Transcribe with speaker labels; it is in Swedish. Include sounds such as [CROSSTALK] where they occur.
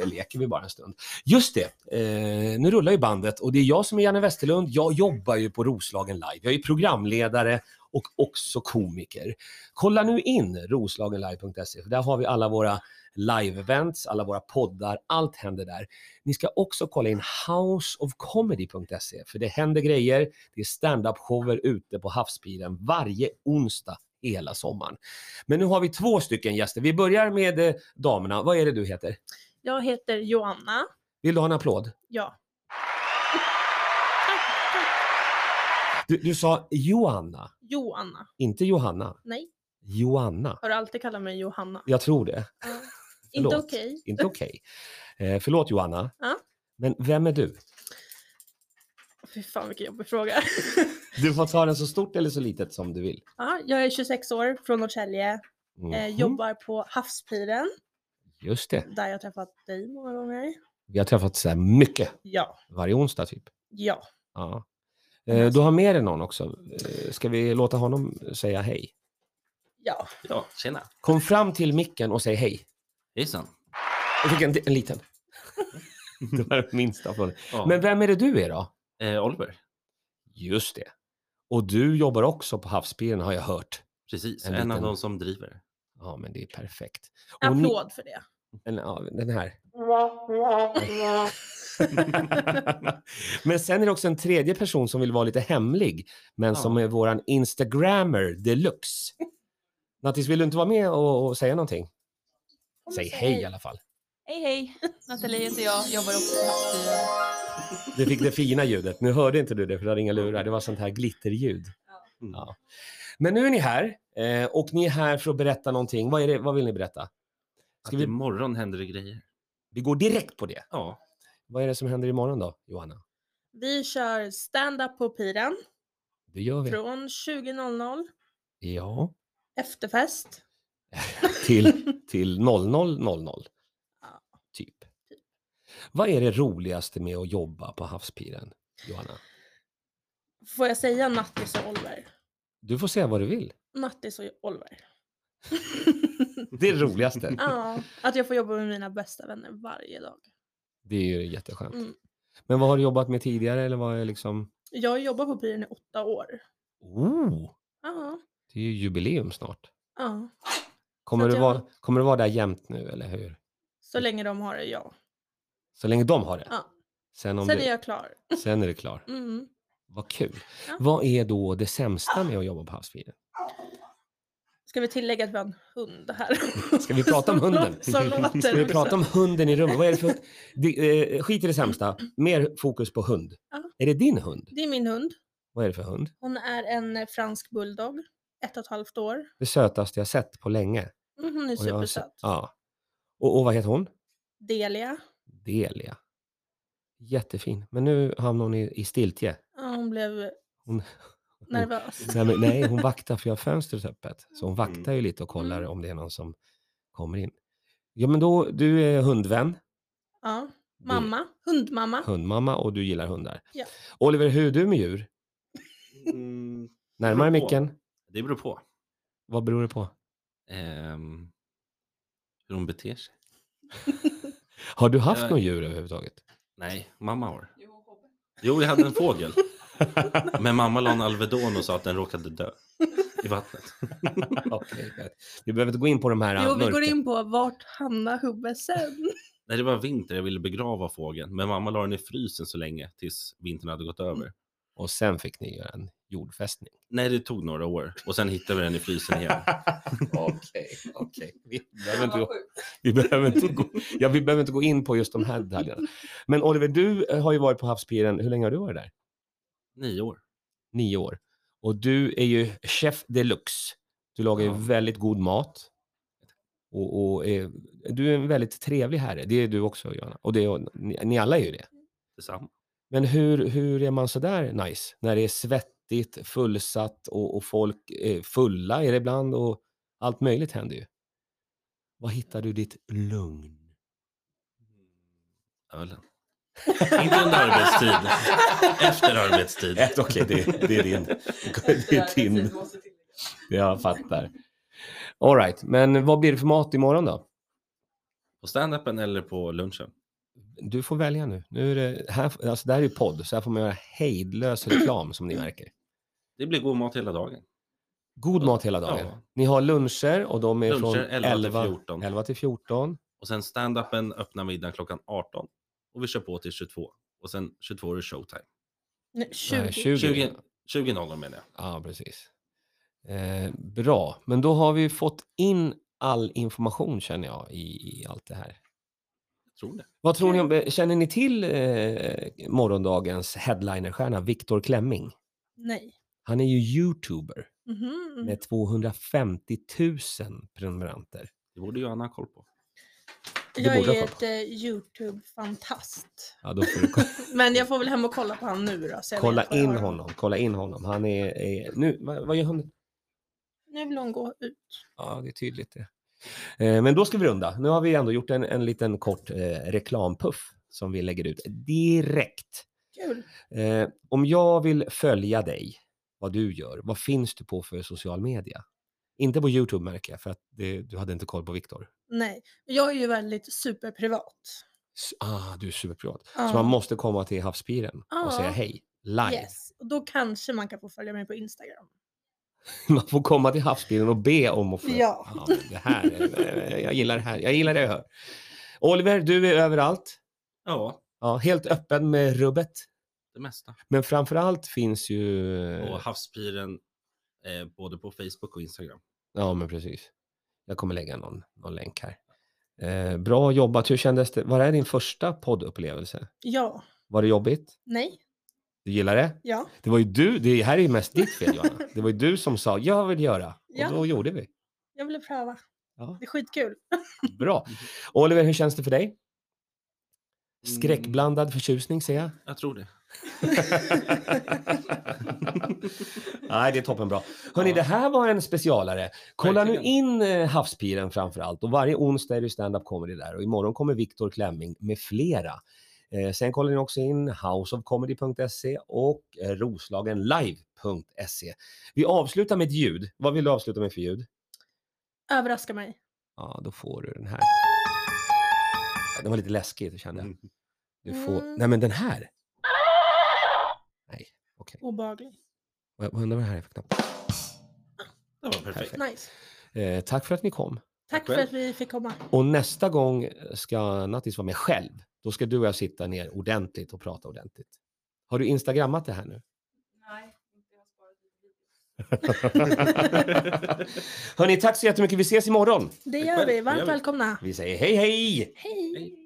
Speaker 1: eh, leker vi bara en stund. Just det, eh, nu rullar ju bandet och det är jag som är Janne Westerlund. Jag jobbar ju på Roslagen Live. Jag är programledare och också komiker. Kolla nu in roslagenlive.se för där har vi alla våra live-events, alla våra poddar, allt händer där. Ni ska också kolla in houseofcomedy.se för det händer grejer. Det är stand-up-shower ute på havspiren varje onsdag hela sommaren. Men nu har vi två stycken gäster. Vi börjar med eh, damerna. Vad är det du heter?
Speaker 2: Jag heter Joanna.
Speaker 1: Vill du ha en applåd?
Speaker 2: Ja.
Speaker 1: Du, du sa Joanna,
Speaker 2: Joanna.
Speaker 1: inte Johanna.
Speaker 2: Nej.
Speaker 1: Joanna.
Speaker 2: Har du alltid kallat mig Johanna?
Speaker 1: Jag tror det.
Speaker 2: Ja.
Speaker 1: Förlåt.
Speaker 2: Inte okej.
Speaker 1: Inte
Speaker 2: [LAUGHS]
Speaker 1: okej. Eh, förlåt Joanna.
Speaker 2: Ja.
Speaker 1: Men vem är du?
Speaker 2: Fy fan vilken jobbig fråga. [LAUGHS]
Speaker 1: Du får ta den så stort eller så litet som du vill.
Speaker 2: ja, jag är 26 år från Norrtälje. Eh,
Speaker 1: Mhm.
Speaker 2: jobbar på Havspiren
Speaker 1: Just det.
Speaker 2: där jag träffat dig många gånger.
Speaker 1: Vi har träffats så här mycket.
Speaker 2: Ja.
Speaker 1: Varje onsdag typ.
Speaker 2: Ja.
Speaker 1: Ja.
Speaker 2: Mm.
Speaker 1: Eh, Du har med dig någon också. Eh, Ska vi låta honom säga hej?
Speaker 2: Ja.
Speaker 3: Ja, tjena.
Speaker 1: Kom fram till micken och säg hej.
Speaker 3: Hejsan.
Speaker 1: Jag fick en, en
Speaker 2: [LAUGHS]
Speaker 1: liten. [LAUGHS] Det var den minsta frågan.
Speaker 3: Ja.
Speaker 1: Men vem är det du är då?
Speaker 3: eh, Oliver,
Speaker 1: Just det. Och du jobbar också på Havspiren har jag hört.
Speaker 3: precis.
Speaker 1: En
Speaker 3: En,
Speaker 1: liten-
Speaker 3: av de som [LAUGHS] driver.
Speaker 1: Ja, men det är perfekt. Och ni-
Speaker 2: Applåd för det.
Speaker 1: en, ja, den här. men sen är det också en tredje person som vill vara lite hemlig, men som
Speaker 3: Ja.
Speaker 1: är våran Instagrammer deluxe. Nattis, vill du inte vara med och, och säga någonting? [LAUGHS] Säg hej i alla fall.
Speaker 4: Hej hej! Nathalie heter jag, jobbar också på Havsbyrån.
Speaker 1: Du fick det fina ljudet. Nu hörde inte du det för du hade inga lurar. Det var sånt här glitterljud. Ja. Men nu är ni här eh, och ni är här för att berätta någonting. Vad, är det, vad vill ni berätta? Ska
Speaker 3: Att
Speaker 1: vi,
Speaker 3: imorgon händer det grejer.
Speaker 1: vi går direkt på det.
Speaker 3: Ja,
Speaker 1: Vad är det som händer imorgon då, Johanna?
Speaker 2: Vi kör stand-up på piren
Speaker 1: Det gör vi.
Speaker 2: från 20.00. [LAUGHS]
Speaker 1: Ja.
Speaker 2: Efterfest.
Speaker 1: Till, till 00.00.
Speaker 2: Ja.
Speaker 1: Typ. Vad är det roligaste med att jobba på havspiren, Johanna?
Speaker 2: Får jag säga Nattis och Oliver?
Speaker 1: Du får säga vad du vill.
Speaker 2: Nattis och
Speaker 1: [LAUGHS]
Speaker 2: Oliver.
Speaker 1: Det är det roligaste.
Speaker 2: Ja, att jag får jobba med mina bästa vänner varje dag.
Speaker 1: [LAUGHS] Det är ju jätteskönt.
Speaker 2: Mm.
Speaker 1: Men vad har du jobbat med tidigare? Eller vad är liksom...
Speaker 2: Jag har jobbat på byrån i åtta år.
Speaker 1: Oh,
Speaker 2: Ja,
Speaker 1: det är ju jubileum snart.
Speaker 2: ja.
Speaker 1: Kommer
Speaker 2: att
Speaker 1: du,
Speaker 2: jag-
Speaker 1: vara, kommer du vara där jämt nu, eller hur?
Speaker 2: Så länge de har det, ja.
Speaker 1: Så länge de har det?
Speaker 2: Ja.
Speaker 1: Sen, om
Speaker 2: Sen
Speaker 1: du,
Speaker 2: är jag klar.
Speaker 1: sen är det klar.
Speaker 2: Mm.
Speaker 1: Vad kul.
Speaker 2: Ja.
Speaker 1: Vad är då det sämsta med att jobba på havsfilen?
Speaker 2: Ska vi tillägga att vi har en hund här?
Speaker 1: [LAUGHS] Ska vi prata om
Speaker 2: Som
Speaker 1: hunden?
Speaker 2: [LAUGHS] lå- Som låter
Speaker 1: Ska vi
Speaker 2: också.
Speaker 1: prata om hunden i rummet? Vad är det för... det, eh, skit i det sämsta. Mer fokus på hund.
Speaker 2: Ja.
Speaker 1: Är det din hund?
Speaker 2: Det är min hund.
Speaker 1: Vad är det för hund?
Speaker 2: Hon är en eh, fransk bulldog. Ett och ett halvt år.
Speaker 1: Det sötaste jag sett på länge.
Speaker 2: Mm, hon är
Speaker 1: Och jag har sett-
Speaker 2: supersöt.
Speaker 1: Ja. Och, och vad heter hon?
Speaker 2: Delia.
Speaker 1: Delia. Jättefin. Men nu hamnar hon i, i stiltje.
Speaker 2: Ja, Hon blev
Speaker 1: Hon,
Speaker 2: nervös.
Speaker 1: nej, men, nej, hon vaktar för jag har fönstret öppet. Så hon vaktar ju lite och kollar
Speaker 2: Mm.
Speaker 1: om det är någon som kommer in. Ja, men då, du är hundvän,
Speaker 2: Ja.
Speaker 1: Du-
Speaker 2: Mamma. Hundmamma.
Speaker 1: hundmamma och du gillar hundar.
Speaker 2: Ja.
Speaker 1: Oliver, hur är du med djur?
Speaker 3: Mm,
Speaker 1: Närmare
Speaker 3: beror på.
Speaker 1: micken.
Speaker 3: det beror på
Speaker 1: Vad beror det på?
Speaker 3: ehm, hur hon beter sig.
Speaker 1: Har du haft
Speaker 3: Jag-
Speaker 1: några djur överhuvudtaget?
Speaker 3: Nej, mamma har. Jo, jag hade en fågel. Men mamma la en Alvedon och sa att den råkade dö i vattnet.
Speaker 1: Okej, vet. vi behöver inte gå in på de här
Speaker 2: Jo, vi går
Speaker 1: mörka-
Speaker 2: in på vart hamnar Hubbe sen?
Speaker 3: Nej, det var vinter, jag ville begrava fågeln. Men mamma la den i frysen så länge tills vintern hade gått över.
Speaker 1: Och sen fick ni göra en jordfästning.
Speaker 3: Nej, det tog några år och sen hittade vi den i frysen igen.
Speaker 1: Okej, okej. [LAUGHS] Vi behöver
Speaker 4: Fan,
Speaker 1: inte
Speaker 4: vad
Speaker 1: gå-
Speaker 4: sjukt.
Speaker 1: Vi behöver, inte gå, ja, vi behöver inte gå in på just de här detaljerna. Men Oliver, du eh, har ju varit på Havspiren, hur länge har du varit där?
Speaker 3: Nio år.
Speaker 1: Nio år. Och du är ju chef deluxe. Du lagar ju
Speaker 3: Ja.
Speaker 1: väldigt god mat. Och, och eh, du är en väldigt trevlig herre. Det är du också, Johanna. Och det är, ni, ni alla är ju det.
Speaker 3: Detsamma.
Speaker 1: Men hur, hur är man sådär nice? När det är svettigt, fullsatt och, och folk är fulla är det ibland och allt möjligt händer ju. Var hittar du ditt lugn?
Speaker 3: Ölen. Inte
Speaker 1: [LAUGHS]
Speaker 3: under arbetstid. Efter
Speaker 1: [LAUGHS]
Speaker 3: arbetstid.
Speaker 1: Ett, Okej, det, det är
Speaker 3: [LAUGHS]
Speaker 1: din. Det är din. Jag fattar. All right, men vad blir det för mat imorgon då?
Speaker 3: På På stand-upen eller på lunchen?
Speaker 1: Du får välja nu. nu är det, här, alltså det här är ju podd, så här får man göra hejdlös reklam som
Speaker 3: [CLEARS THROAT]
Speaker 1: ni märker.
Speaker 3: Det blir god mat hela dagen.
Speaker 1: God mat hela dagen.
Speaker 3: Ja.
Speaker 1: Ni har luncher och de är från
Speaker 3: Luncher 11 till
Speaker 1: 11
Speaker 3: 14.
Speaker 1: 11 till 14.
Speaker 3: Och sen stand-upen öppnar middagen klockan 18. Och vi kör på till 22. Och sen 22 är det showtime.
Speaker 2: Nej, 20.
Speaker 1: Nej, 20.
Speaker 3: 20 20.00 menar jag.
Speaker 1: Ja, precis. Eh, bra, men då har vi fått in all information känner jag i, i allt det här.
Speaker 3: jag tror det.
Speaker 1: Vad tror ni om, eh, känner ni till eh, morgondagens headlinerstjärna Viktor Klemming?
Speaker 2: Nej.
Speaker 1: Han är ju youtuber
Speaker 2: Mhm.
Speaker 1: med 250 000 prenumeranter.
Speaker 3: Det borde Johanna ha koll på.
Speaker 1: det
Speaker 2: Jag
Speaker 1: borde
Speaker 2: är
Speaker 1: jag
Speaker 2: ju ett eh, YouTube-fantast.
Speaker 1: Ja, då får du ko-
Speaker 2: Men jag får väl hem och kolla på han nu då. Så jag
Speaker 1: kolla
Speaker 2: vet vad jag
Speaker 1: in
Speaker 2: har.
Speaker 1: honom, kolla in honom. Han är, är nu, vad, vad gör hunden?
Speaker 2: Nu vill hon gå ut.
Speaker 1: Ja, det är tydligt det. Eh, Men då ska vi runda. Nu har vi ändå gjort en, en liten kort eh, reklampuff som vi lägger ut direkt.
Speaker 2: Kul.
Speaker 1: Eh, om jag vill följa dig, vad du gör, vad finns du på för social media? Inte på YouTube märker jag, för att det, du hade inte koll på Viktor.
Speaker 2: Nej, jag är ju väldigt superprivat.
Speaker 1: S- Ah, du är superprivat.
Speaker 2: Ja.
Speaker 1: Så man måste komma till havspiren och säga
Speaker 2: Ja.
Speaker 1: hej, live.
Speaker 2: Yes. Och då kanske man kan få följa mig på Instagram.
Speaker 1: [LAUGHS] Man får komma till havspiren och be om att få... Ah,
Speaker 2: Ja.
Speaker 1: men det här, är- jag gillar det här, jag gillar det jag hör. Oliver, du är överallt.
Speaker 3: Ja,
Speaker 1: Ja, helt öppen med rubbet.
Speaker 3: det mesta.
Speaker 1: Men framför allt finns ju... eh,
Speaker 3: Och havspiren eh, både på Facebook och Instagram.
Speaker 1: Ja, men precis. Jag kommer lägga någon, någon länk här. Eh, bra jobbat. Hur kändes det? Vad är din första poddupplevelse?
Speaker 2: Ja,
Speaker 1: Var det jobbigt?
Speaker 2: nej,
Speaker 1: Du gillar det?
Speaker 2: ja.
Speaker 1: Det var ju du. Det här är ju mest ditt fel, Johanna. Det var ju du som sa jag vill göra. Och
Speaker 2: Ja.
Speaker 1: då gjorde vi.
Speaker 2: Jag ville pröva.
Speaker 1: Ja.
Speaker 2: Det är skitkul.
Speaker 1: Bra. Oliver, hur känns det för dig? Mm. Skräckblandad förtjusning, ser jag.
Speaker 3: Jag
Speaker 1: [LAUGHS]
Speaker 3: tror det. [LAUGHS]
Speaker 1: Nej, det är toppenbra. Hörni,
Speaker 3: Ja.
Speaker 1: det här var en specialare. Kolla nu
Speaker 3: Verkligen.
Speaker 1: in eh, Havspiren framför allt. Och varje onsdag är det stand-up comedy där. Och imorgon kommer Viktor Klemming med flera. Eh, sen kollar ni också in houseofcomedy.se och eh, roslagenlive.se. Vi avslutar med ett ljud. Vad vill du avsluta med för ljud?
Speaker 2: Överraska mig.
Speaker 1: Ja, då får du den här. Den var lite läskig, det kände jag. Du får...
Speaker 2: Mm.
Speaker 1: Nej, men den här.
Speaker 2: Obehaglig.
Speaker 1: Vad vad undrar vad det här är för knapp?
Speaker 3: Det var perfekt.
Speaker 2: Nice.
Speaker 1: Eh, tack för att ni kom.
Speaker 2: Tack för
Speaker 3: själv.
Speaker 2: att vi fick komma.
Speaker 1: Och nästa gång ska Nattis vara med själv. Då ska du och jag sitta ner ordentligt och prata ordentligt. Har du instagrammat det här nu?
Speaker 4: Nej, inte jag har sparat det.
Speaker 1: Hörni, tack så jättemycket. Vi ses imorgon.
Speaker 2: Det
Speaker 3: Tack
Speaker 2: gör
Speaker 3: själv.
Speaker 2: vi.
Speaker 3: Det gör
Speaker 2: Varmt
Speaker 3: vi.
Speaker 2: välkomna.
Speaker 1: Vi säger hej, hej!
Speaker 2: Hej!
Speaker 3: Hej.